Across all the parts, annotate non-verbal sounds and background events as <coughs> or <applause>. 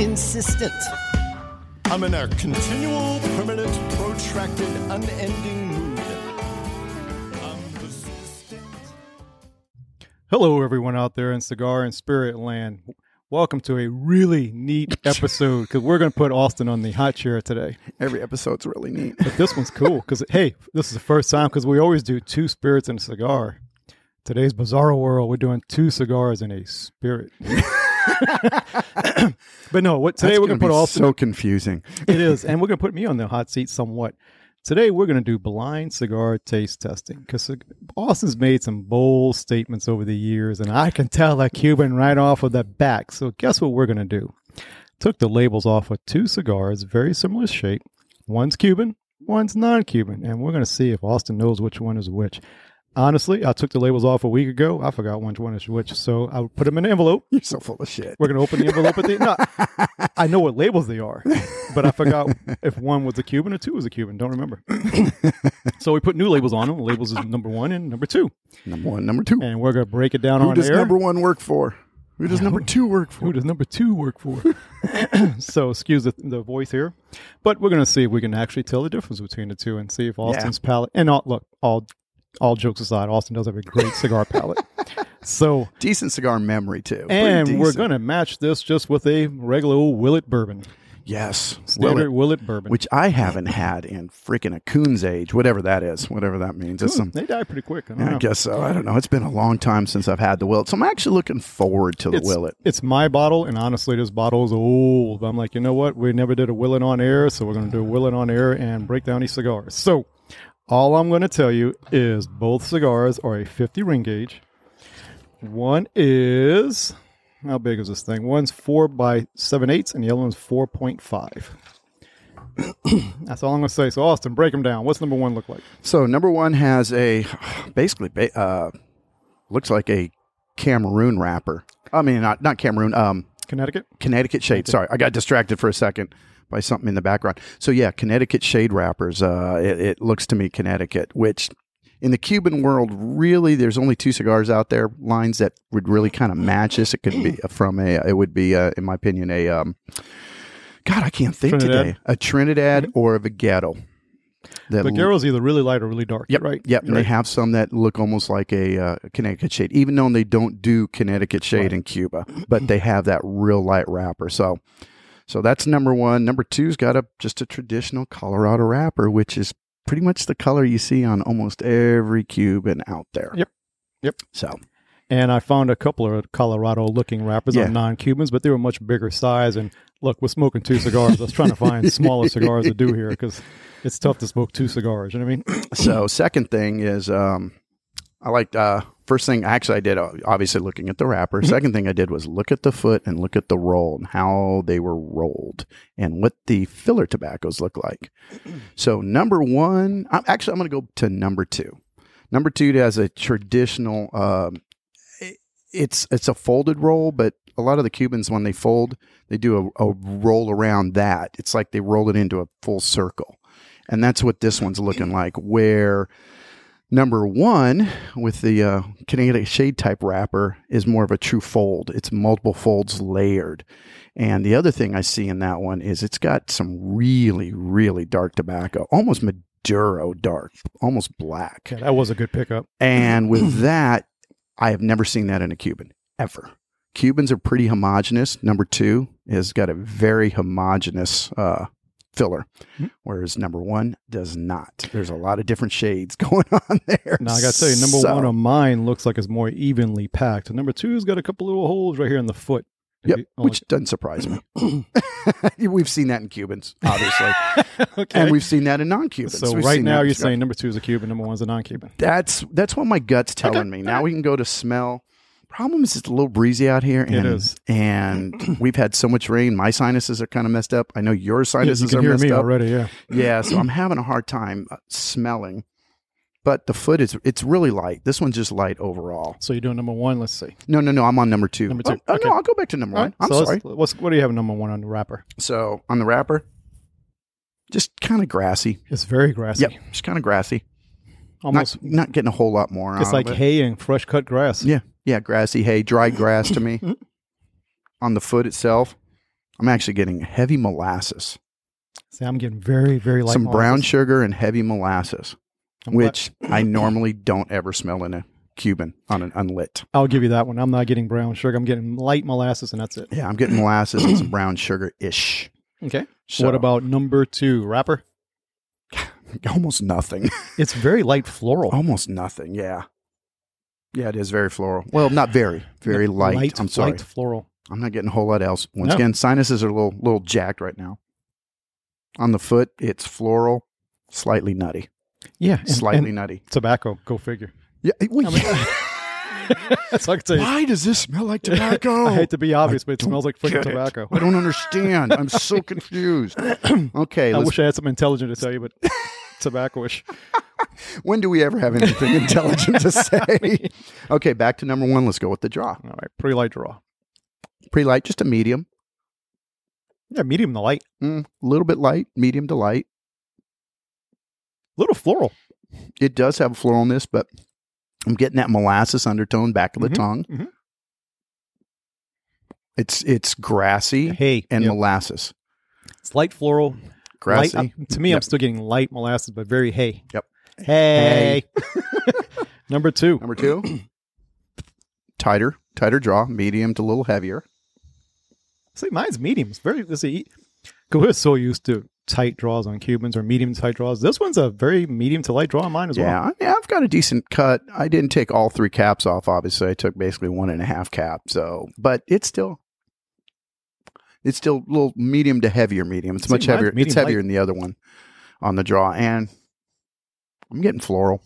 consistent. I'm in a continual, permanent, protracted, unending mood. I'm persistent. Hello, everyone out there in cigar and spirit land. Welcome to a really <laughs> neat episode because we're going to put Austin on the hot chair today. Every episode's really neat. <laughs> But this one's cool because, hey, this is the first time because we always do two spirits and a cigar. Today's Bizarro World, we're doing two cigars and a <laughs> spirit. but no, what today That's we're going to gonna put be Austin so confusing. <laughs> It is, and we're going to put me on the hot seat somewhat. Today we're going to do blind cigar taste testing because Austin's made some bold statements over the years, and I can tell a Cuban right off of the back. So guess what we're going to do? Took the labels off of two cigars, very similar shape. One's Cuban, one's non-Cuban, and we're going to see if Austin knows which one is which. Honestly, I took the labels off a week ago. I forgot which one is which, so I put them in an envelope. You're so full of shit. We're gonna open the envelope at the no. I know what labels they are, but I forgot if one was a Cuban or two was a Cuban. Don't <coughs> remember. so we put new labels on them. Labels is number one and number two, Number one, number two. and we're gonna break it down Who on does air. number one work for? Who does number two work for? Who does number two work for? <coughs> so excuse the, the voice here, but we're gonna see if we can actually tell the difference between the two and see if Austin's palate. And all, look, all all jokes aside, Austin does have a great cigar palate. So, Decent cigar memory too. Pretty and we're decent. going to match this just with a regular old Willet bourbon. yes, Standard Willet, Willet bourbon. which I haven't had in freaking a coon's age, whatever that is, whatever that means. It's some. Hmm, They die pretty quick. I don't I know. guess so. I don't know. It's been a long time since I've had the Willet, so I'm actually looking forward to the it's, Willet. It's my bottle, and honestly, this bottle is old. I'm like, you know what? We never did a Willet on air, so we're going to do a Willet on air and break down these cigars. So, all I'm going to tell you is both cigars are a 50 ring gauge. One is, how big is this thing? One's 4 by 7 eighths, and the other one's 4.5. <clears throat> That's all I'm going to say. So, Austin, break them down. What's number one look like? So number one has a basically ba- uh, looks like a Cameroon wrapper. I mean, not not Cameroon. Um, Connecticut? Connecticut shade. Sorry, I got distracted for a second by something in the background. So yeah, Connecticut shade wrappers. Uh, it, it looks to me Connecticut, which in the Cuban world, really, there's only two cigars out there lines that would really kind of match this. It could be from a. It would be, uh, in my opinion, a. Um, God, I can't think Trinidad. today. A Trinidad or a Vighetto. That The Garo's either really light or really dark. Yep. Right. Yep. And Right. they have some that look almost like a uh, Connecticut shade, even though they don't do Connecticut shade in Cuba, but they have that real light wrapper. So, so that's number one. Number two's got a just a traditional Colorado wrapper, which is pretty much the color you see on almost every Cuban out there. Yep. Yep. So and I found a couple of Colorado looking wrappers Yeah. on non Cubans, but they were much bigger size. And look, we're smoking two cigars. I was trying to <laughs> find smaller cigars to do here because it's tough to smoke two cigars. You know what I mean? so second thing is um i liked uh first thing actually i did uh, obviously looking at the wrapper second thing i did was look at the foot and look at the roll and how they were rolled and what the filler tobaccos look like so number one i'm actually i'm going to go to number two number two has a traditional um it- it's it's a folded roll but a lot of the cubans when they fold they do a, a roll around that it's like they roll it into a full circle and that's what this one's looking like where number one with the uh, kinetic shade type wrapper is more of a true fold it's multiple folds layered and the other thing i see in that one is it's got some really really dark tobacco almost maduro dark almost black Yeah, that was a good pickup. and <clears throat> with that, I have never seen that in a Cuban ever. Cubans are pretty homogenous. Number two has got a very homogenous uh, filler, Mhm. whereas number one does not. There's a lot of different shades <laughs> going on there. Now I gotta tell you, number So- one on mine looks like it's more evenly packed. And number two's got a couple little holes right here in the foot. If Yep, you- oh, which doesn't surprise me. <clears throat> <laughs> we've seen that in Cubans, <laughs> obviously, like- <laughs> okay. and we've seen that in non-Cubans. so We've right seen now that you're in- saying number two is a Cuban, number one's a non-Cuban. that's that's what my gut's telling me. Now we can go to smell. Problem is, it's a little breezy out here, and is. <clears throat> and we've had so much rain. My sinuses are kind of messed up. I know your Yeah, sinuses you can are hear messed me up. already. Yeah. Yeah, so <clears throat> I'm having a hard time uh, smelling. But the foot is it's really light. This one's just light overall. So you're doing number one. Let's see. No, no, no. I'm on number two. Number two, Oh, oh, okay. no, I'll go back to number All one. right, I'm so let's- sorry. What's what do you have number one on the wrapper? So on the wrapper, just kind of grassy. It's very grassy. Yep, just kind of grassy. Almost. not, not getting a whole lot more. it's out like of it. hay and fresh cut grass. <laughs> Yeah, yeah, grassy hay, dried grass to me. On the foot itself, I'm actually getting heavy molasses, See, I'm getting very, very light. some brown molasses. sugar, and heavy molasses, I'm not- which I normally don't ever smell in a Cuban on an unlit. I'll give you that one. I'm not getting brown sugar. I'm getting light molasses, and that's it. Yeah, I'm getting molasses <clears throat> and some brown sugar ish. Okay. what about number two, wrapper? <laughs> almost nothing? It's very light floral. almost nothing. Yeah. Yeah, it is very floral. Well, not very, very light. I'm sorry. Light floral. I'm not getting a whole lot else. Once No. again, sinuses are a little little jacked right now. On the foot, it's floral, slightly nutty, Yeah. and- slightly and nutty. tobacco. Go figure. <laughs> Yeah. it- well, I mean- yeah. <laughs> that's all I can tell you. Why does this smell like <laughs> tobacco? I hate to be obvious, but it don't smells like freaking get it. tobacco. I don't understand. <laughs> I'm so <clears throat> confused. Okay, I let's, wish I had something intelligent to tell <laughs> you, but tobaccoish. when do we ever <laughs> have anything intelligent to say? okay, back to number one. Let's go with the draw. All right, pretty light draw. Pretty light, just a medium. Yeah, medium to light. A little bit light, medium to light. Little floral. it does have floralness, but I'm getting that molasses undertone back of the Mhm, tongue. mhm. It's it's grassy Hey, and yeah. molasses. it's light floral. Light, Grassy. uh, to me, I'm Yep. still getting light molasses, but very hay. Yep. Hey. <laughs> <laughs> Number two. <clears throat> Number two, tighter, tighter draw, medium to a little heavier. See, mine's medium. It's very. Let's see. 'cause We're so used to tight draws on Cubans or medium tight draws. This one's a very medium to light draw on mine as well. Yeah, I mean, I've got a decent cut. I didn't take all three caps off. Obviously, I took basically one and a half cap. So, but it's still. It's still a little medium to heavier medium. It's See, much mine's heavier. medium It's heavier light. than the other one on the draw, and I'm getting floral,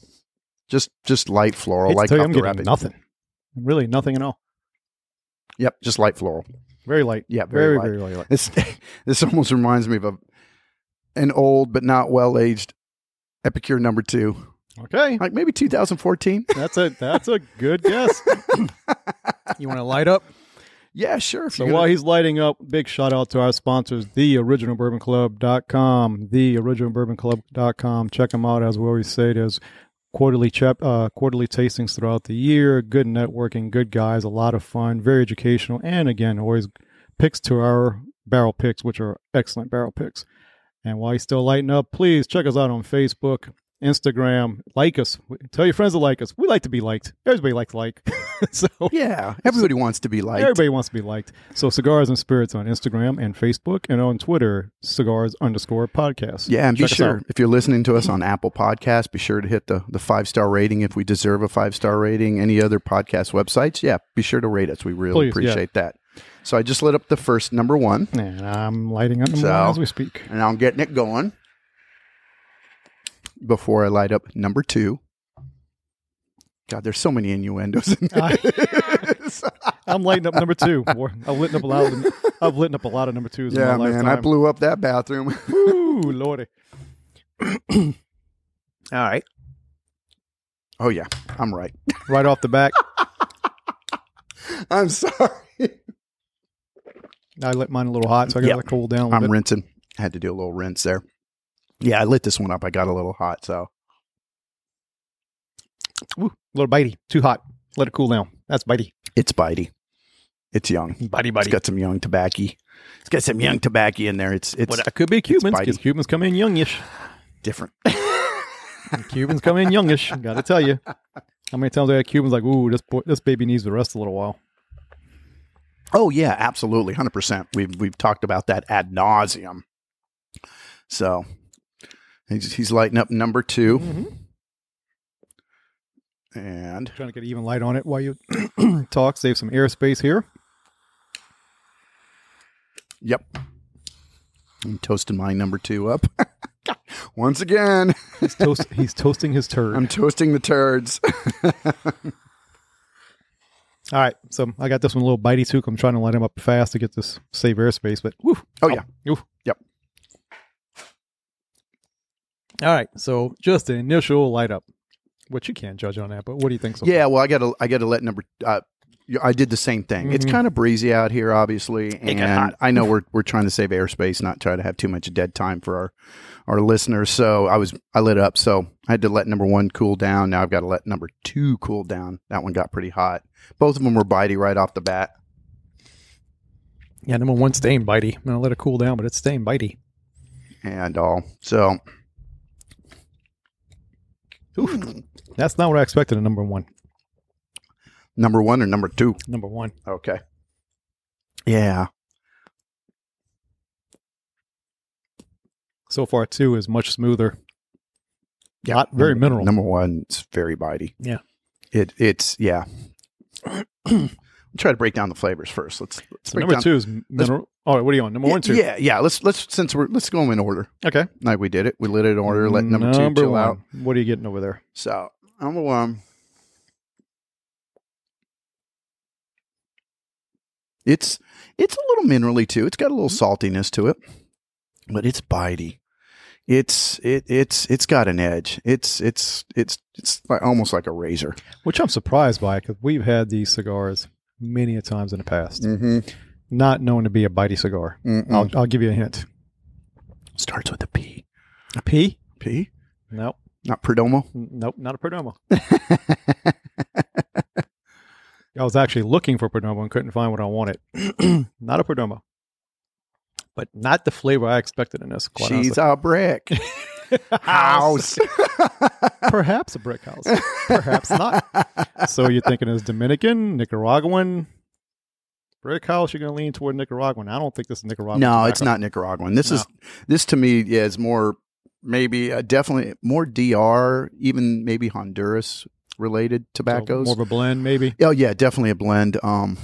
just just light floral, Hate to like tell you, off I'm the getting rapid. nothing. Really, nothing at all. Yep, just light floral. Very light. Yeah, Very, very very, very light. This <laughs> this almost reminds me of a, an old but not well aged Epicure number two, Okay, like maybe 2014. that's a that's a good guess. you want to light up? <laughs> yeah, sure. if So you're gonna- while he's lighting up, big shout out to our sponsors, theoriginalbourbon theoriginalbourbon Check them out. As we always say, there's quarterly chap, uh, quarterly tastings throughout the year. Good networking, good guys, a lot of fun, very educational, and again, always picks to our barrel picks, which are excellent barrel picks. And while he's still lighting up, please check us out on Facebook, Instagram, like us. Tell your friends to like us. We like to be liked. Everybody likes like. <laughs> so <laughs> Yeah, everybody wants to be liked. Everybody wants to be liked. So cigars and spirits on Instagram and Facebook and on Twitter, cigars underscore podcast. Yeah, and be Check us sure out. if you're listening to us on Apple Podcasts, be sure to hit the the five star rating if we deserve a five star rating. Any other podcast websites, yeah, be sure to rate us. We really Please, yeah. appreciate that. So I just lit up the first number one, And I'm lighting up the So- wine as we speak. and I'm getting it going. Before I light up number two. God, there's so many innuendos in <laughs> I- this. I'm lighting up number two. Or I've lit up a lot. Of, I've lit up a lot of number twos. yeah, in my man, lifetime. I blew up that bathroom. <laughs> Ooh, lordy. All right. Oh yeah, I'm right. Right off the back, I'm sorry. I lit mine a little hot, so I got to Yep. cool down a I'm little bit. rinsing. I had to do a little rinse there. Yeah, I lit this one up. I got a little hot, so Ooh, little bitey. Too hot. Let it cool down. That's bitey. it's bitey. It's young. Bitey, It's got some young tobacco. It's got some young tobacco in there. It's it's But it could be Cubans bitey. because Cubans come in youngish. different. Cubans come in youngish. Got to tell you, how many times I had Cubans like, "Ooh, this boy, this baby needs to rest a little while." oh yeah, absolutely, hundred percent. We've we've talked about that ad nauseum. So he's he's lighting up number two, Mm-hmm. and Trying to get even light on it while you <clears throat> talk. Save some airspace here. yep, I'm toasting my number two up <laughs> once again. He's, toast, he's toasting his turd. I'm toasting the turds. All right, so I got this one a little bitey too. 'cause I'm trying to light him up fast to get this save airspace, but woo, Oh, yeah. woo. Yep. All right, so just an initial light up, which you can't judge on that, but what do you think? So far? Yeah, well, I gotta, I gotta let number. Uh, y- I did the same thing. It's Mhm. kind of breezy out here, obviously, and got hot. <laughs> I know we're we're trying to save airspace, not try to have too much dead time for our our listeners. So I was, I lit up. So I had to let number one cool down. Now I've got to let number two cool down. That one got pretty hot. Both of them were bitey right off the bat. Yeah, number one, staying bitey. I'm going to let it cool down, but it's staying bitey. and all. So, Oof. That's not what I expected in number one. number one or number two? Number one. Okay. Yeah. So far, two is much smoother. Yeah. Not very Number- mineral. Number one, it's very bitey. Yeah. It it's yeah. <clears throat> I'll try to break down the flavors first. Let's let's So break number down. two is mineral. All right, what are you on? Number yeah, one, two. Yeah, yeah. Let's let's since we're let's go in order. Okay. Like we did it. We lit it in order, let number, two chill one. out. What are you getting over there? So number one. It's it's a little minerally too. It's got a little Mm-hmm. saltiness to it, but it's bitey. It's it it's it's got an edge. It's it's it's it's like, almost like a razor. Which I'm surprised by because we've had these cigars many a times in the past, Mm-hmm. not known to be a bitey cigar. Mm. I'll, I'll give you a hint. Starts with a P. A P? P? Nope. Not Perdomo. Nope, not a <laughs> Perdomo. I was actually looking for Perdomo and couldn't find what I wanted. <clears throat> not a Perdomo. But not the flavor I expected in this. Quite She's honestly. a brick <laughs> house. Perhaps a brick house. Perhaps not. So you're thinking it's Dominican, Nicaraguan. Brick house, you're going to lean toward Nicaraguan. I don't think this is Nicaraguan. No, it's tobacco. not Nicaraguan. This No. is this to me yeah, is more maybe uh, definitely more DR, even maybe Honduras related So tobaccos. more of a blend, <laughs> maybe. oh yeah, definitely a blend. Um,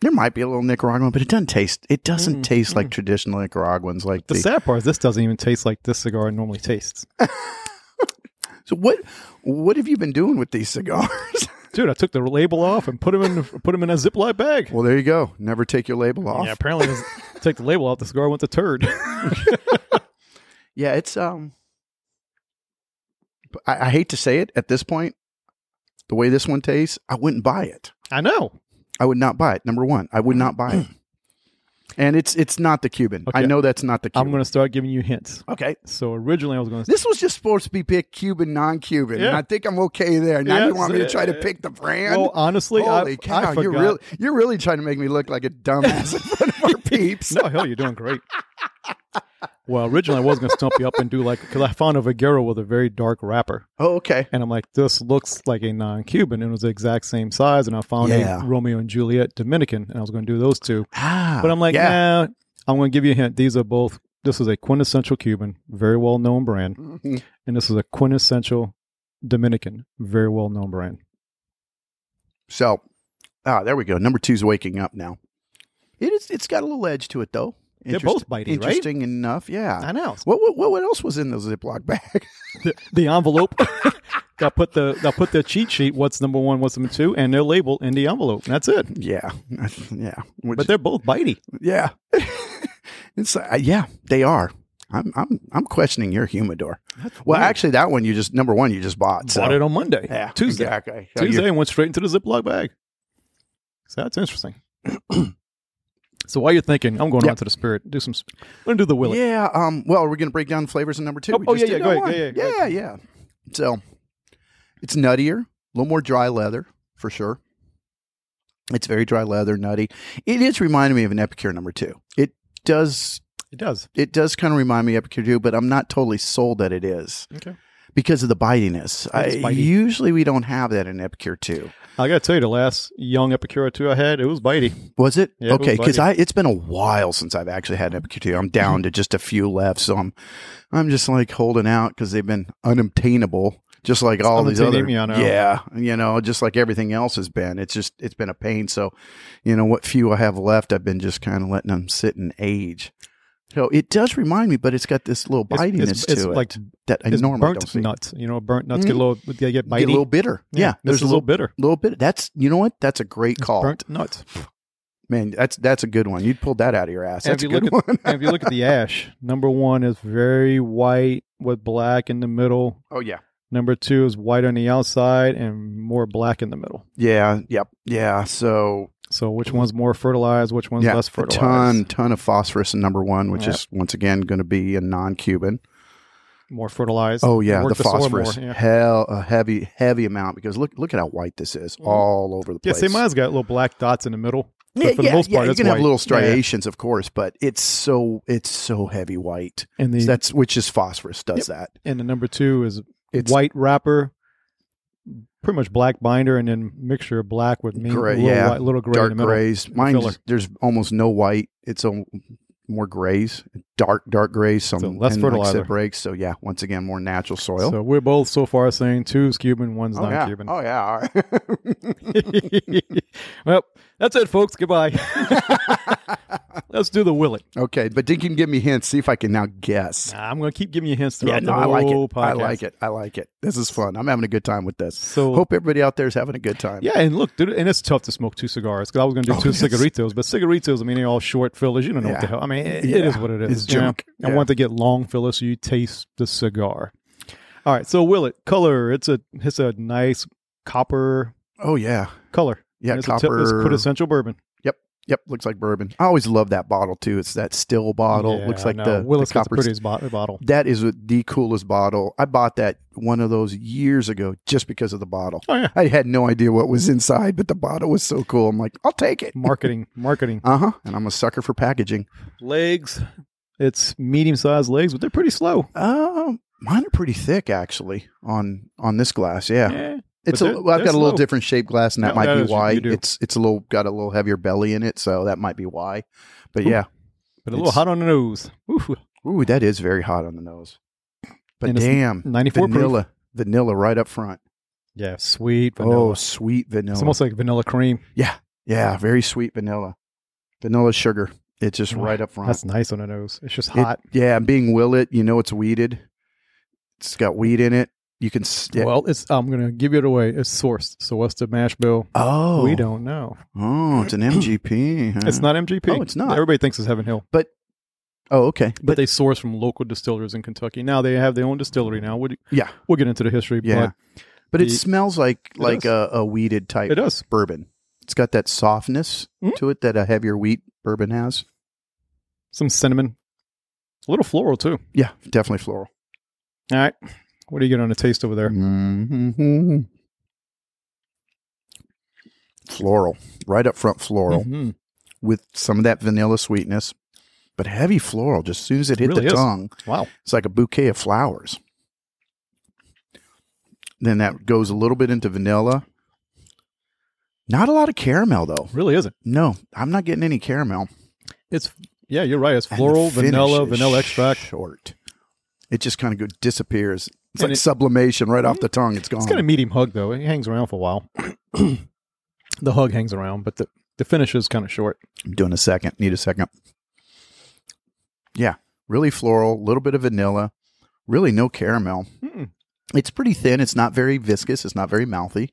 there might be a little Nicaraguan, but it doesn't taste. It doesn't Mm, taste like traditional Nicaraguans. Like The the, sad part is this doesn't even taste like this cigar normally tastes. so what what have you been doing with these cigars? <laughs> Dude, I took the label off and put them in <laughs> put 'em in a Ziploc bag. well, there you go. Never take your label off. Yeah, apparently, it was, take the label off. The cigar went to turd. <laughs> Yeah, it's um. but I, I hate to say it at this point. The way this one tastes, I wouldn't buy it. I know. I would not buy it. Number one, I would not <clears throat> buy it. And it's it's not the Cuban. I Okay. know that's not the I'm Cuban. going to start giving you hints. okay. So originally, I was going to. This was just supposed to be pick Cuban, non-Cuban, and Yeah. I think I'm okay there. Now you Yes. want me to try to pick the brand? Well, honestly, Holy I, I cow! forgot. you're really you're really trying to make me look like <laughs> a dumbass in front of our peeps. no, hell, you're doing great. well, originally, I was going to stump you up and do like because I found a Vigero with a very dark wrapper, Oh, okay. and I'm like, this looks like a non-Cuban, and it was the exact same size, and I found Yeah. a Romeo and Juliet Dominican, and I was going to do those two, Ah, but I'm like, nah. yeah. I'm going to give you a hint. These are both. This is a quintessential Cuban, very well-known brand. Mhm. and this is a quintessential Dominican, very well known brand. So, ah, there we go. Number two's waking up now. It is. It's got a little edge to it, though. They're both Interest- bitey, right? Interesting enough. Yeah. know What, what what what else was in the Ziploc bag? <laughs> the, the envelope. <laughs> they'll put the they'll put their cheat sheet. What's number one? What's number two? And their label in the envelope. And that's it. yeah, <laughs> yeah. Which- But they're both bitey. yeah, <laughs> it's uh, yeah. They are. I'm I'm I'm questioning your humidor. Well, actually, that one you just number one you just bought. So. Bought it on Monday, yeah, Tuesday, Exactly. So you- Tuesday, and went straight into the Ziploc bag. So that's interesting. <clears throat> so while you're thinking, I'm going Yeah. on to the spirit. Do some. sp- I'm gonna do the Willie. Yeah. Um. Well, are we going to break down the flavors in number two? Oh, We oh, just yeah, did yeah, go that ahead. Yeah, one. yeah, yeah, yeah. So it's nuttier, a little more dry leather for sure. It's very dry leather, nutty. It is reminding me of an Epicure number two. It does. It does. It does kind of remind me of Epicure two, but I'm not totally sold that it is Okay. because of the bitiness. I, It's bitey. usually we don't have that in Epicure two. I gotta tell you, the last young Epicura two I had, it was bitey. Was it Yeah, it okay? was Mm-hmm. Because bitey. I it's been a while since I've actually had an Epicure two. I'm down to just a few left, so I'm I'm just like holding out because they've been unobtainable, just like all these other. unobtainium, you know. Yeah, you know, just like everything else has been. It's just it's been a pain. So, you know, what few I have left, I've been just kind of letting them sit and age. So it does remind me, but it's got this little It's- bitiness it's- it's to it like- that I It's normally burnt don't see. Mm-hmm. nuts. You know, burnt nuts get a little they get bitey. Get a little bitter. Yeah, this there's is a little bitter. little bit. That's you know what? That's a great call, Burnt nuts. man. That's that's a good one. You pulled that out of your ass. And That's a if you good look one. <laughs> and if you look at the ash, number one is very white with black in the middle. oh yeah. Number two is white on the outside and more black in the middle. Yeah. Yep. Yeah. So So which one's more fertilized? Which one's yeah, less a fertilized? ton, ton of phosphorus in number one, which Yep. is once again going to be a non-Cuban. More fertilized. Oh yeah, Work the soil phosphorus, more, yeah. hell, a heavy, heavy amount because look, look at how white this is all over the Mm-hmm. Yeah, place. see, mine's got little black dots in the middle. But for the most part, you it's can have white. little striations, of course, but it's so it's so heavy white. And the So that's which is phosphorus does that. and the number two is It's white wrapper, pretty much black binder, and then mixture of black with mint, Gray, little, yeah. white, little gray in dark the middle. grays. filler. Mine there's almost no white. It's a, more grays, dark dark grays. Some So less and like I said, fertilizer. breaks. So yeah, once again, more natural soil. So we're both so far saying two's Cuban, one's oh, not yeah. Cuban. oh yeah, all right. <laughs> <laughs> well, that's it, folks. Goodbye. <laughs> Let's do the Willet. okay, but you can give me hints. See if I can now guess. Nah, I'm going to keep giving you hints throughout Yeah, no, the I whole like it. podcast. I like it. I like it. This is fun. I'm having a good time with this. So Hope everybody out there is having a good time. yeah, and look, dude, and it's tough to smoke two cigars because I was going to do Oh, two yes. cigaritos, but cigaritos, I mean, they're all short fillers. You don't know what Yeah. the hell. I mean, it, it Yeah. is what it is. It's you know? junk. I Yeah. want to get long filler so you taste the cigar. All right, so Willet color. It's a it's a nice copper Oh yeah. color. Yeah, it's A copper. typ- it's quintessential bourbon. Yep, looks like bourbon. I always love that bottle too. It's that still bottle. Yeah, looks I like know. the, the Willet's got copper. the prettiest bo- bottle. that is the coolest bottle. I bought that one of those years ago just because of the bottle. Oh yeah, I had no idea what was inside, but the bottle was so cool. I'm like, I'll take it. marketing, <laughs> marketing. Uh huh. And I'm a sucker for packaging. legs. It's medium sized legs, but they're pretty slow. Um, mine are pretty thick actually on on this glass. Yeah, Yeah. it's but a. they're- well, I've they're got a little slow. different shaped glass, and that No, might that be is- why you do. it's it's a little got a little heavier belly in it, so that might be why. But Ooh. yeah, but a little It's- hot on the nose. Ooh, ooh, that is very hot on the nose. But And it's damn, 94 proof. vanilla, vanilla right up front. Yeah, sweet Oh, vanilla. sweet vanilla. it's almost like vanilla cream. yeah, very sweet vanilla. Vanilla sugar. It's just Mm, right up front. That's nice on the nose. It's just It- hot. yeah, and being willet, you know it's weeded. It's got weed in it. You can. s- Yeah. Well, it's I'm gonna give it away. It's sourced. So what's the mash bill? oh, We don't know. Oh, <clears throat> it's an MGP. huh? It's not MGP. Oh, it's not. Everybody thinks it's Heaven Hill, Oh, okay. but, they source from local distillers in Kentucky. Now they have their own distillery. Now we'll, Yeah. we'll get into the history. Yeah, but it the- smells like like a, a but weeded type it does. bourbon. It's got that softness Mm. to it that a heavier wheat bourbon has. Some cinnamon, a little floral too. Yeah, definitely floral. All right, what do you get on the taste over there? Mhm. Floral, right up front, floral Mhm. with some of that vanilla sweetness, but heavy floral. Just as soon as it hit Really the is. tongue, Wow. it's like a bouquet of flowers. Then that goes a little bit into vanilla. Not a lot of caramel though. Really isn't. No, I'm not getting any caramel. It's yeah, you're right. It's And the floral, finish vanilla, is vanilla extract. Short. It just kind of go, disappears. It's And like it- Hmm? sublimation right off the tongue. It's gone. It's got a medium hug though. It hangs around for a <clears throat> while. the hug hangs around, but the the finish is kind of short. I'm doing a second. Need a second. Yeah, really floral. A little bit of vanilla. Really no caramel. Mm-mm. It's pretty thin. It's not very viscous. It's not very mouthy.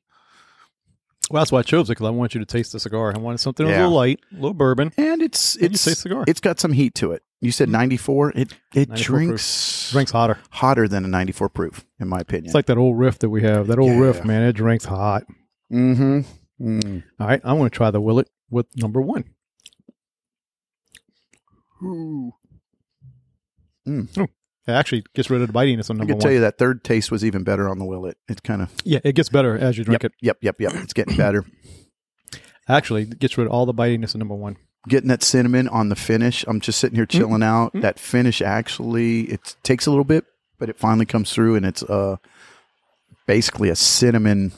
Well, that's why I chose it because I want you to taste the cigar. I wanted something that was a Yeah. little light, a little bourbon. And it's And you it's taste cigar. it's got some heat to it. You said 94. It it 94 proof. drinks Drinks hotter. hotter than a 94 proof, in my opinion. It's like that old riff that we have. That old Yeah. riff, man, it drinks hot. mm-hmm. Mm. All right, I want to try the Willet with number one. It actually gets rid of the bitiness on I number can one. tell you that third taste was even better on the Willet. It kind of Yeah, it gets better as you drink yep, Yep, yep, yep. <clears throat> It's getting better. it. Actually, it gets rid of all the bitiness on number one. Getting that cinnamon on the finish. I'm just sitting here chilling out. That finish actually it takes a little bit, but it finally comes through, and it's uh basically a cinnamon,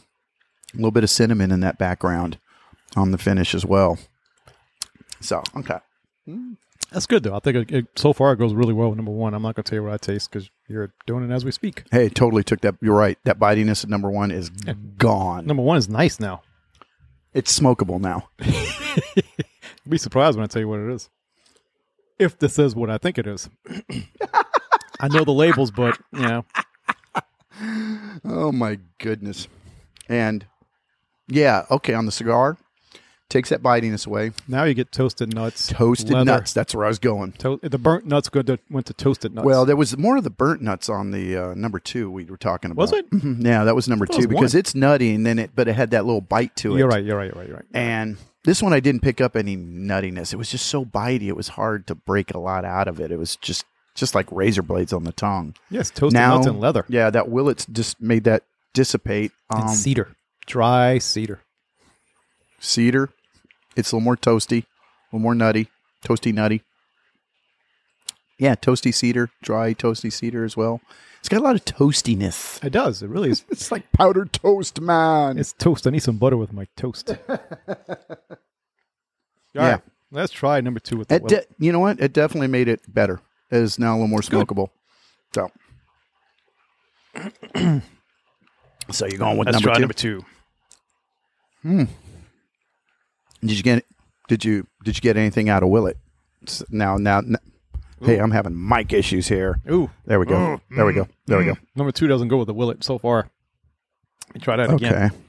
a little bit of cinnamon in that background on the finish as well. So okay, That's good though. I think it, it, so far it goes really well with number one. I'm not going to tell you what I taste because you're doing it as we speak. hey, totally took that. You're right. That bitiness at number one is gone. Number one is nice now. It's smokable now. You'll be surprised when I tell you what it is. If this is what I think it <coughs> is. I know the labels, but you know, Oh my goodness. And yeah, okay, on the cigar, takes that bitiness away. now you get toasted nuts, Toasted leather. nuts. That's where I was going. To- the burnt nuts go to, went to toasted nuts. Well, there was more of the burnt nuts on the uh, number two we were talking about. Was it? Mhm. Yeah, that was number thought two it was because one. it's nutty and then it, but it had that little bite to it. you're right. You're right. You're right. You're right. And this one I didn't pick up any nuttiness. It was just so bitey. It was hard to break a lot out of it. It was just just like razor blades on the tongue. Yes, toasted nuts and leather Yeah, that Willets just made that dissipate. and Um, cedar, dry cedar. cedar. It's a little more toasty, a little more nutty, toasty nutty. Yeah, toasty cedar, dry toasty cedar as well. It's got a lot of toastiness. It does. It really is. It's like powdered toast, <laughs> man. It's toast. I need some butter with my <laughs> toast. All Yeah. right, Let's try number two with the It well. de- you know what? It definitely made it better. It is now a little more smokable. So, <clears throat> so you're going with Let's number try two. Hmm. number two. Did you get? Did you? Did you get anything out of Willet? S- Now, now, n hey, I'm having mic issues here. Ooh, Mm, There we go. there we go. There we go. number two doesn't go with the Willet so far. Let me try that Okay. mm. again.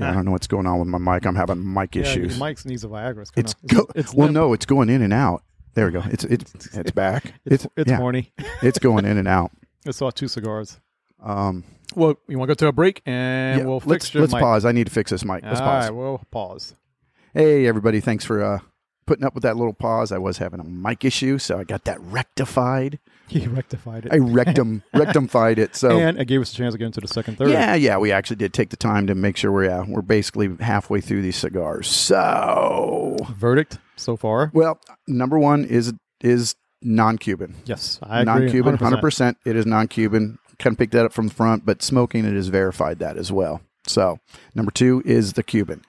Ah. I don't know what's going on with my mic. I'm having mic Yeah, your issues. Mike's needs a Viagra. <laughs> It's, it's coming go- out. it's, it's well, limp. no, it's going in and out. There we go. It's <laughs> it's it's back. It's, it's yeah, horny. <laughs> <laughs> it's going in and out. I saw two cigars. Um, Well, you want to go to a break <laughs> and yeah, we'll fix let's your let's mic. pause. I need to fix this mic. Let's All pause. right, we'll <laughs> pause. Hey, everybody. Thanks for uh, putting up with that little pause. I was having a mic issue, so I got that rectified. He rectified it. I <laughs> rectum rectified it. So, and it gave us a chance to get into the second, third. yeah, yeah, we actually did take the time to make sure we're, uh, we're basically halfway through these cigars. So, Verdict so far? well, number one is is non Cuban. Yes, I agree. Non Cuban, 100%. 100%. It is non Cuban. Kind of picked that up from the front, but smoking it is verified that as well. So, number two is the Cuban.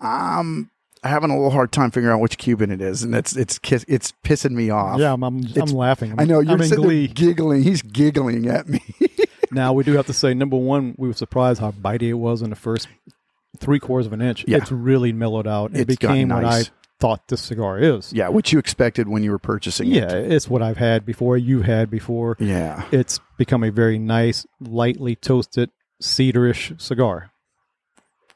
Um, I'm having a little hard time figuring out which Cuban it is, and that's it's kiss, it's pissing me off. Yeah, I'm, I'm, I'm It's- laughing. I'm, I know I'm you're in sitting there <laughs> glee. giggling. He's giggling at me. Now we do have to say, number one, we were surprised how bitey it was in the first three quarters of an inch. Yeah. It's really mellowed out. It It's gotten became what I nice. thought this cigar is. yeah, <laughs> what you expected when you were purchasing Yeah, it. it's what I've had before. You had before. Yeah, It's become a very nice, lightly toasted, cedarish cigar.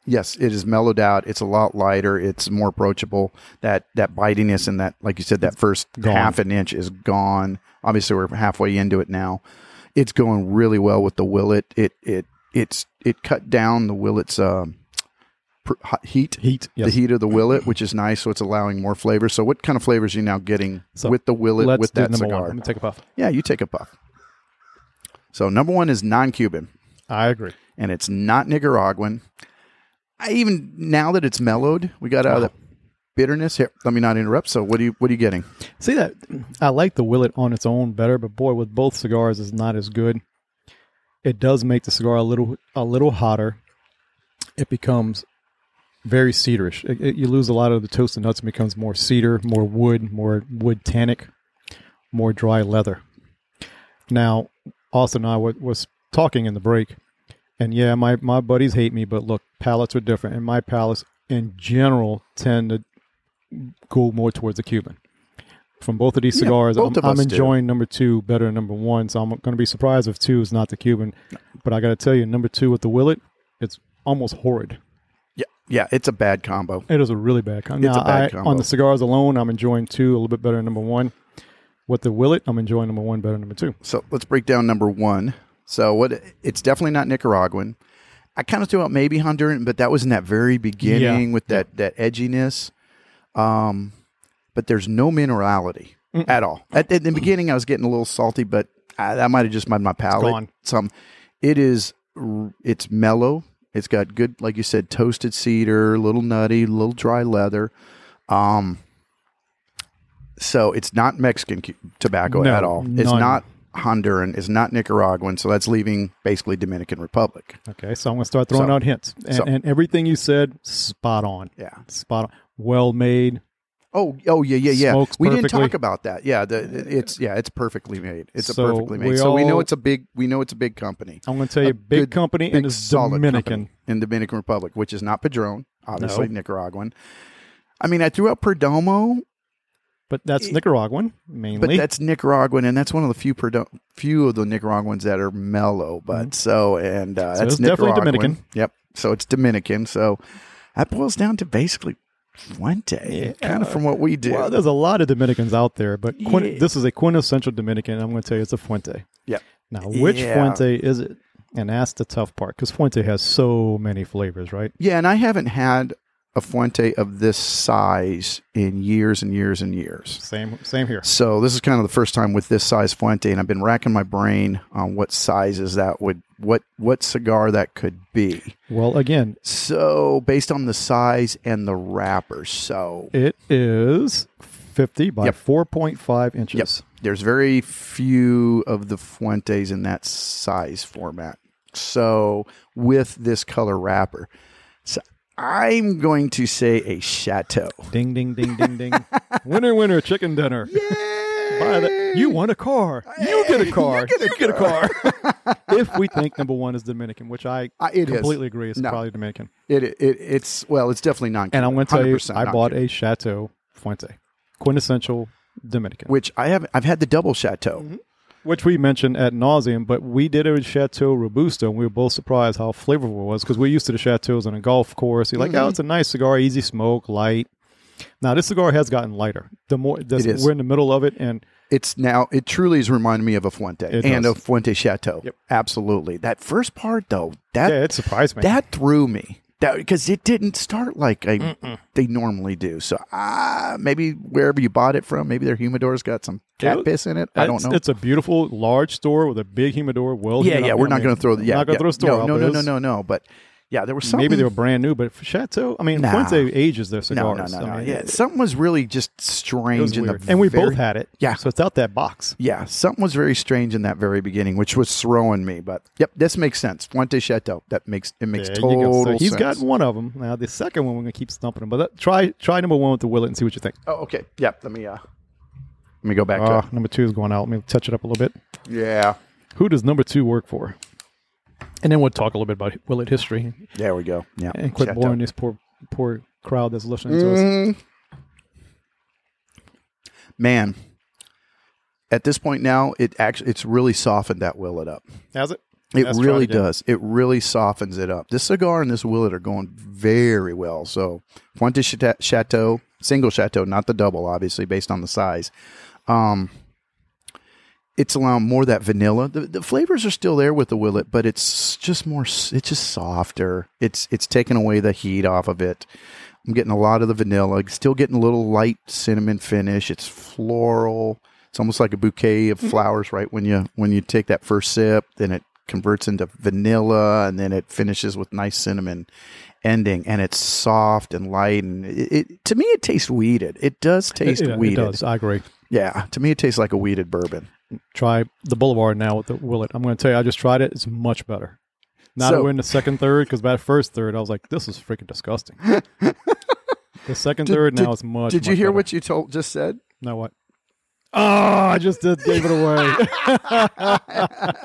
Yes, it is mellowed out. It's a lot lighter. It's more approachable. That that bitiness and that, like you said, that first gone. half an inch is gone. Obviously, we're halfway into it now. It's going really well with the Willet. It it it's it cut down the Willet's um, pr- hot heat. Heat. Yes. The heat of the Willet, which is nice, so it's allowing more flavor. So, what kind of flavors are you now getting So, with the Willet Let's with do that number cigar? one. Let me take a puff. Yeah, you take a puff. So, number one is non-Cuban I agree. and it's not Nicaraguan. I even now that it's mellowed, we got out of the bitterness. Here, let me not interrupt. So, what are you what are you getting? See that I like the Willet on its own better, but boy, with both cigars is not as good. It does make the cigar a little a little hotter. It becomes very cedarish. It, it- you lose a lot of the toast and nuts and becomes more cedar, more wood, more wood tannic, more dry leather. Now, Austin and I wa- was talking in the break, and yeah, my, my buddies hate me, but look, palates are different, and my palates in general tend to go more towards the Cuban. From both of these Yeah, cigars, both I'm, of I'm us do. enjoying number two better than number one, so I'm going to be surprised if two is not the Cuban. But I got to tell you, number two with the Willet, it's almost horrid. Yeah, yeah, it's a bad combo. It is a really bad combo. It's now, a bad I- combo. On the cigars alone, I'm enjoying two a little bit better than number one. With the Willet, I'm enjoying number one better than number two. So, let's break down number one. So, what it's definitely not Nicaraguan. I kind of threw out maybe Honduran, but that was in that very beginning with that that edginess. Um, but there's no minerality at all. At, at the beginning, I was getting a little salty, but I, that might have just made my palate. gone. Some, it is, r- it's mellow. It's got good, like you said, toasted cedar, a little nutty, a little dry leather. Um, so it's not Mexican cu- tobacco No, at all. It's none. not Honduran. It's not Nicaraguan. So that's leaving basically Dominican Republic. Okay, so I'm going to start throwing So- out hints. And, so- and everything you said, spot on. Yeah. Spot on. Well made. Oh, oh yeah, yeah, yeah. Smokes we didn't perfectly. talk about that. Yeah, the, it's yeah, it's perfectly made. It's So a perfectly made. we so we know all- it's a big. We know it's a big company. I'm going to tell you, big good, company big, and it's solid Dominican. company in Dominican Republic, which is not Padron, obviously Nicaraguan. I mean, I threw out Perdomo, But that's Nicaraguan but mainly. that's Nicaraguan, and that's one of the few Perdo- few of the Nicaraguans that are mellow. But so and uh, Mm-hmm. So that's it's definitely Nicaraguan. Dominican. Yep. So it's Dominican. So that boils down to basically Fuente, kind of from what we do. well, there's a lot of Dominicans out there, but quin- Yeah. this is a quintessential Dominican. and I'm going to tell you, it's a Fuente. Yep. Now, which Yeah. Fuente is it? And that's the tough part because Fuente has so many flavors, right? Yeah, and I haven't had a Fuente of this size in years and years and years. Same, same here. So this is kind of the first time with this size Fuente, and I've been racking my brain on what sizes that would what what cigar that could be. Well, again, So based on the size and the wrapper, so it is 50 by Yep. 4.5 inches. there's very few of the Fuentes in that size format. So with this color wrapper, so I'm going to say a chateau. Ding, ding, ding, ding, <laughs> ding. winner, winner, chicken dinner. Buy the- you won a car. You get a car. You get a car. <laughs> if we think number one is Dominican, which I Uh, it is. completely agree, it's No. probably Dominican. It, it it's well, it's definitely non. And I'm going to tell you, 100% I non- bought a Chateau Fuente, quintessential Dominican, which I haven't. I've had the double chateau. Mm-hmm. which we mentioned at nauseum. But we did it with Chateau Robusto, and we were both surprised how flavorful it was because we're used to the Chateaus on a golf course. You're like, oh, it's Mm-hmm. a nice cigar, easy smoke, light. Now this cigar has gotten lighter. The more this, It is. we're in the middle of it, and It's now. It truly is reminding me of a Fuente It and does. a Fuente chateau. Yep. Absolutely. That first part though, that yeah, it surprised me. that threw me. That because it didn't start like I, they normally do. So ah, maybe wherever you bought it from, maybe their humidor's got some cat It- piss in it. I don't It's- know. It's a beautiful large store with a big humidor. Well, yeah, heated yeah. up. We're I not mean, going to throw. the- Yeah, not going yeah. to throw store No, out, no, but no, it no, was- no, no. But yeah, there was something. Maybe they were brand new, but for Chateau, I mean, Nah. Fuente ages their no, no, cigars. no, no. I mean, yeah, something was really just It was strange in the weird. and we very- both had it. Yeah. So it's out that box. Yeah, something was very strange in that very beginning, which was throwing me. But yep, this makes sense. Fuente Chateau. That makes it makes There you total go. So he's sense. got one of them. Now the second one, we're gonna keep stumping him. But let- try try number one with the Willet and see what you think. Oh, okay. Yep. Let me uh, let me go back. Uh, to number two is going out. Let me touch it up a little bit. Yeah. Who does number two work for? And then we'll talk a little bit about Willet history There we go. Yeah. and quit Chateau. boring this poor poor crowd that's listening to us. Mm. Man, at this point now, it actually it's really softened that willet up. Has it? It Let's try really again. does. It really softens it up. This cigar and this willet are going very well. So Fuente Chate- Chateau, single Chateau, not the double, obviously, based on the size. Um, it's allowing more of that vanilla. The, the flavors are still there with the willet, but it's just more. s- It's just softer. It's it's taking away the heat off of it. I'm getting a lot of the vanilla. Still getting a little light cinnamon finish. It's floral. It's almost like a bouquet Mm-hmm. of flowers, right? When you when you take that first sip, then it converts into vanilla, and then it finishes with nice cinnamon ending. And it's soft and light, and it, it to me it tastes weeded. It does taste Yeah, it weeded. does. I agree. Yeah, to me it tastes like a weeded bourbon. try the Boulevard now with the Willet. I'm going to tell you, I just tried it. It's much better. Now that So- we're in the second third, because by the first third, I was like, this is freaking <laughs> disgusting. the second third now is much. Did you much hear better. what you told just said? No, what? Oh, I just did gave it <laughs> away. okay, I'll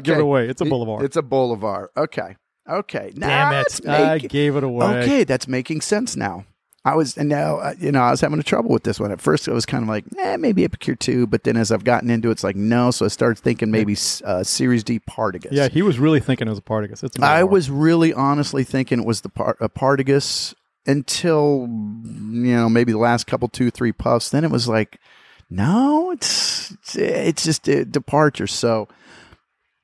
give it Okay. away. It's a Boulevard. It's a boulevard. Okay. Okay. Damn Now it. it's I making- gave it away. okay, that's making sense now. I was and now uh, you know I was having trouble with this one. At first, I was kind of like, eh, maybe Epicure two, but then as I've gotten into it, it's like no. So I started thinking maybe uh, Series D Partagas. Yeah, he was really thinking it was a Partagas. It's a I Boulevard. was really honestly thinking it was the par- a Partagas until you know maybe the last couple two three puffs. Then it was like, no, it's it's just a departure. So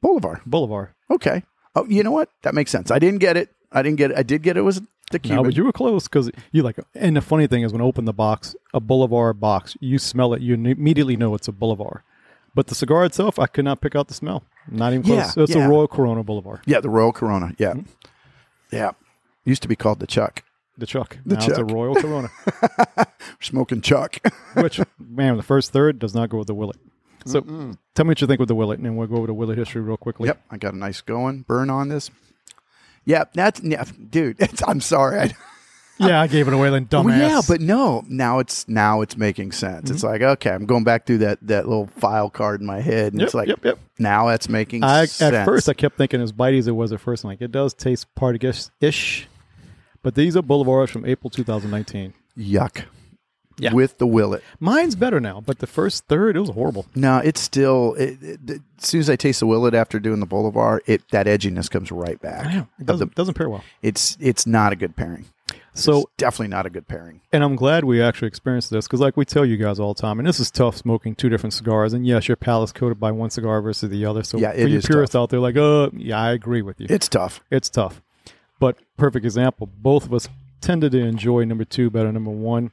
Boulevard, Boulevard. okay. Oh, you know what? That makes sense. I didn't get it. I didn't get it. I did get it was the No, Cuban. but you were close because you like. And the funny thing is, when I open the box, a Boulevard box, you smell it, you n- immediately know it's a Boulevard. But the cigar itself, I could not pick out the smell. Not even close. Yeah, So it's yeah. a Royal Corona Boulevard. yeah, the Royal Corona. Yeah, yeah. Used to be called the Chuck. The Chuck. now it's a Chuck. Royal Corona, Smoking Chuck. <laughs> which man, the first third does not go with the Willet. So tell me what you think with the Willet, and then we'll go over to Willet history real quickly. Yep, I got a nice going burn on this. Yeah, that's yeah, dude. <laughs> It's, I'm sorry. I, Yeah, I gave it away, then dumbass. Well, yeah, but no, now it's now it's making sense. It's Mm-hmm. like okay, I'm going back through that that little file card in my head, and Yep, it's like yep, yep. now that's making I, at sense. first I kept thinking as bitey as it was at first. I'm like, it does taste Partagas ish, but these are Boulevards from April 2019. yuck. Yeah. With the willet, Mine's better now, but the first third it was horrible. no, it's still. It, it- it- as soon as I taste the willet after doing the Boulevard, it that edginess comes right back. it Of doesn't the- doesn't pair well. it's it's not a good pairing. So, It's definitely not a good pairing. and I'm glad we actually experienced this because, like we tell you guys all the time, and this is tough smoking two different cigars. And yes, your palate's coated by one cigar versus the other. So Yeah, for it you is purists out there, like, uh, yeah, I agree with you. It's tough. it's tough, but perfect example. Both of us tended to enjoy number two better than number one,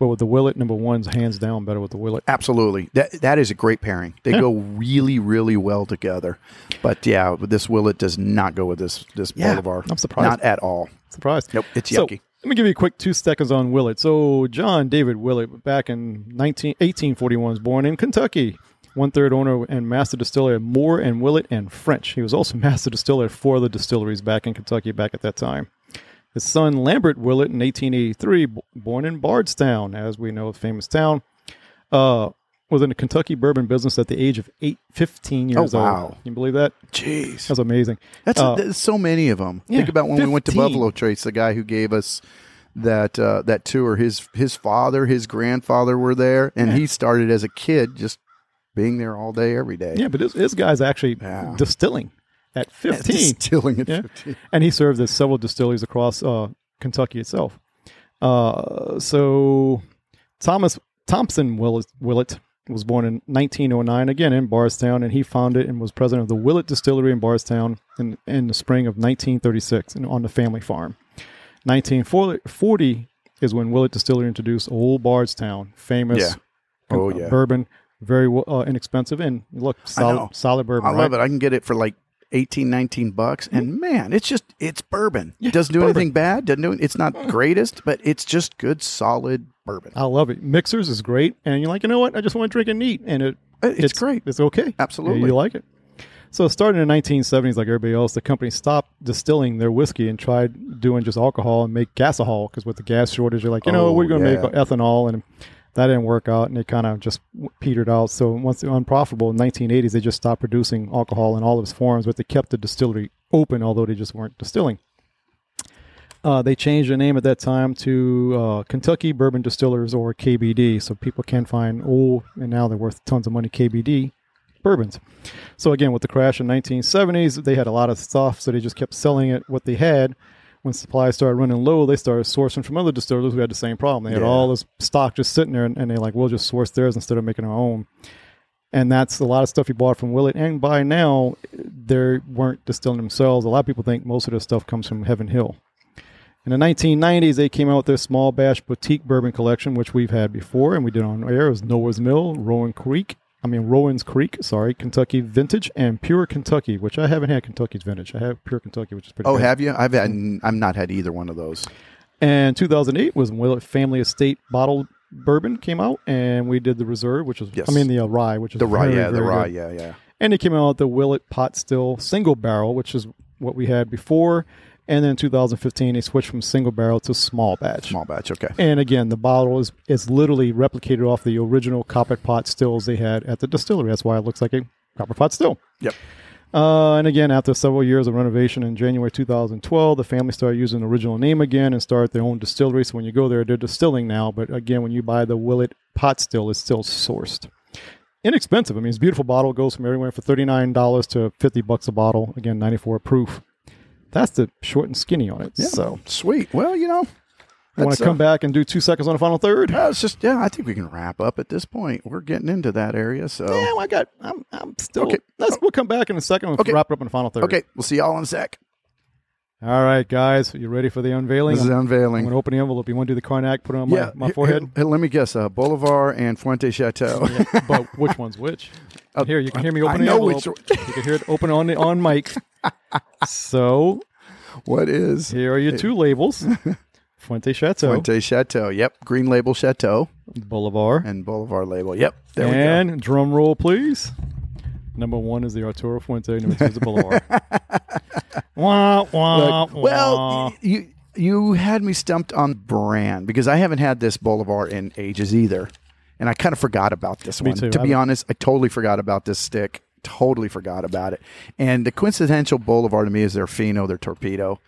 but with the Willet, number one's hands down better with the Willet. Absolutely. That that is a great pairing. They Yeah. go really, really well together. But yeah, this Willet does not go with this this Yeah, Bolivar. I'm surprised. Not at all. Surprised. Nope. It's So, yucky. let me give you a quick two seconds on Willett. So, John David Willett, back in 19, 1841, was born in Kentucky. One third owner and master distiller at Moore and Willett and French. He was also <laughs> master distiller at four other distilleries back in Kentucky back at that time. His son Lambert Willett in 1883, b- born in Bardstown, as we know, a famous town, uh, was in the Kentucky bourbon business at the age of eight, 15 years Oh, wow. old. Can you believe that? Jeez. That's amazing. That's, Uh, there's so many of them. yeah, Think about when we went to 15. Buffalo Trace, the guy who gave us that uh, that tour. His his father, his grandfather were there, and he started as a kid just being there all day, every day. <laughs> Yeah, but this, this guy's actually Yeah. distilling at 15. Distilling at Yeah. 15. <laughs> and he served at several distilleries across uh, Kentucky itself. Uh, so Thomas Thompson Willett, Willett was born in 1909, again in Bardstown, and he founded and was president of the Willett Distillery in Bardstown in, in the spring of 1936 and on the family farm. 1940 is when Willett Distillery introduced Old Bardstown, famous Yeah. Oh, yeah. bourbon, very well- uh, inexpensive, and look, know. solid, solid bourbon. I right? love it. I can get it for like 18, 19 bucks. And man, it's just, it's bourbon. Yeah, doesn't do bourbon. Mm. anything bad. Doesn't do, it's not greatest, but it's just good, solid bourbon. I love it. Mixers is great, and you're like, you know what? I just want to drink it neat, and it It's great. It's okay. Absolutely. you like it. So starting in the 1970s, like everybody else, the company stopped distilling their whiskey and tried doing just alcohol and make gasohol because with the gas shortage, you're like, you know, Oh, we're going to yeah. make ethanol, and that didn't work out, and it kind of just w- petered out. So once they were unprofitable in 1980s, they just stopped producing alcohol in all of its forms, but they kept the distillery open, although they just weren't distilling. Uh, they changed the name at that time to uh, Kentucky Bourbon Distillers or KBD, so people can find old and now they're worth tons of money KBD bourbons. So again, with the crash in 1970s, they had a lot of stuff, so they just kept selling it what they had. When supplies started running low, they started sourcing from other distillers who had the same problem. They had Yeah. all this stock just sitting there, and, and they're like, "We'll just source theirs instead of making our own." And that's a lot of stuff you bought from Willett. And by now, they weren't distilling themselves. A lot of people think most of their stuff comes from Heaven Hill. In the 1990s, they came out with their small batch boutique bourbon collection, which we've had before and we did on air. It was Noah's Mill, Rowan Creek, I mean, Rowan's Creek, sorry, Kentucky Vintage, and Pure Kentucky, which I haven't had Kentucky's Vintage. I have Pure Kentucky, which is pretty Oh, good. have you? I've Mm. had, I'm not had either one of those. And 2008 was when Willett Family Estate bottled bourbon came out, and we did the reserve, which was, Yes. I mean, the uh, rye, which is The rye, very, yeah, the very rye, good. yeah, yeah. And it came out with the Willet Pot Still single barrel, which is what we had before. And then 2015, they switched from single barrel to small batch. Small batch, okay. And again, the bottle is, is literally replicated off the original copper pot stills they had at the distillery. That's why it looks like a copper pot still. Yep. Uh, and again, after several years of renovation in January 2012, the family started using the original name again and started their own distillery. So when you go there, they're distilling now. But again, when you buy the Willet pot still, it's still sourced. Inexpensive. I mean, it's a beautiful bottle. Goes from everywhere for $39 to 50 bucks a bottle. Again, 94 proof. That's the short and skinny on it. So Sweet. Well, you know, you want that's, to uh, come back and do two seconds on the final third? uh, it's just, yeah, I think we can wrap up at this point. We're getting into that area. So, Yeah, well, I got. I'm. I'm still. Okay. Let's. We'll come back in a second. and Okay. wrap it up in the final third. okay, we'll see y'all in a sec. All right, guys. You ready for the unveiling? This is I'm, I'm unveiling. gonna open the envelope. You want to do the cognac? Put it on my, my Here- forehead. here- let me guess. Uh, Bolivar and <laughs> Fuente Chateau. but which one's which? <laughs> Here, you can hear me Uh, I open the know envelope. which you can hear it open on the on <laughs> mic. so <laughs> what is? here are your two <laughs> labels: Fuente Chateau Fuente Chateau. Yep. Green label Chateau Boulevard, and Boulevard label. Yep. There we and drum roll, please. Number one is the Arturo Fuente. Number two is the <laughs> Boulevard. wah, go. wah, Look, well, wah. y- you you had me stumped on brand because I haven't had this Boulevard in ages either, and I kind of forgot about this one. too. To be I've- honest, I totally forgot about this stick. Totally forgot about it. And the quintessential Boulevard to me is their Fino, their Torpedo.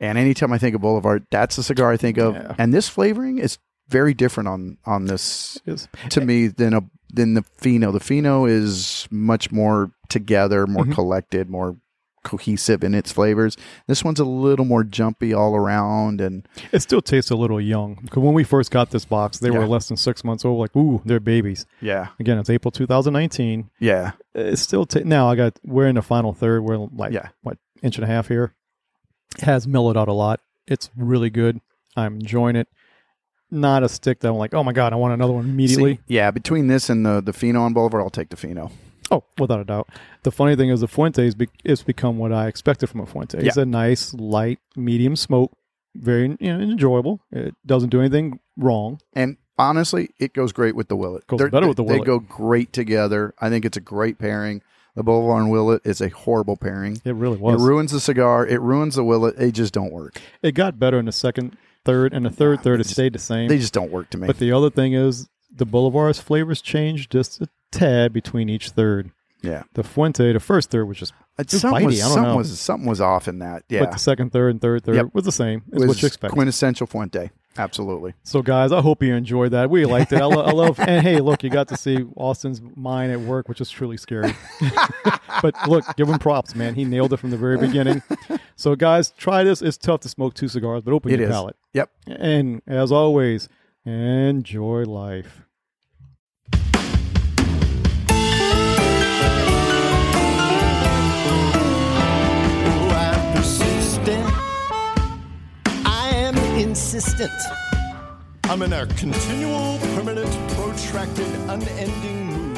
And anytime I think of Boulevard, that's the cigar I think of. And this flavoring is very different on on this Yes. to me than a than the Fino. The Fino is much more together, more Mm-hmm. collected, more cohesive in its flavors. This one's a little more jumpy all around, and It still tastes a little young. Because when we first got this box, they Yeah. were less than six months old. Like, ooh, they're babies. yeah, Again, it's April 2019. yeah, Uh, It's still ta- now. I got we're in the final third. We're like Yeah. what inch and a half here. It has mellowed out a lot. It's really good. I'm enjoying it. Not a stick that I'm like, oh my god, I want another one immediately. See, yeah, between this and the the Fino on Boulevard, I'll take the Fino. Oh, without a doubt. The funny thing is, the Fuente is be- it's become what I expected from a Fuente. It's a nice, light, medium smoke, very you know, enjoyable. It doesn't do anything wrong. And honestly, it goes great with the Willet. Goes better with the They Willet. go great together. I think it's a great pairing. The Boulevard and Willet is a horrible pairing. It really was. It ruins the cigar. It ruins the Willet. They just don't work. It got better in the second, third, and the third, third. It stayed the same. They just don't work to me. but the other thing is, the Boulevard's flavors changed just a tad between each third. yeah, The Fuente, the first third was just, it was something, bitey. Uh, was, I don't something know. was something was off in that. Yeah, but the second, third, and third, third Yep. was the same. It's It what you was expect. quintessential Fuente. Absolutely. So, guys, I hope you enjoyed that. We liked it. I, lo- I <laughs> love. And hey, look, you got to see Austin's mind at work, which is truly scary. <laughs> but look, give him props, man. He nailed it from the very beginning. So, guys, try this. It's tough to smoke two cigars, but open It your is. palate. Yep. And as always, enjoy life. Oh, I'm persistent. I am insistent. I'm in a continual, permanent, protracted, unending mood.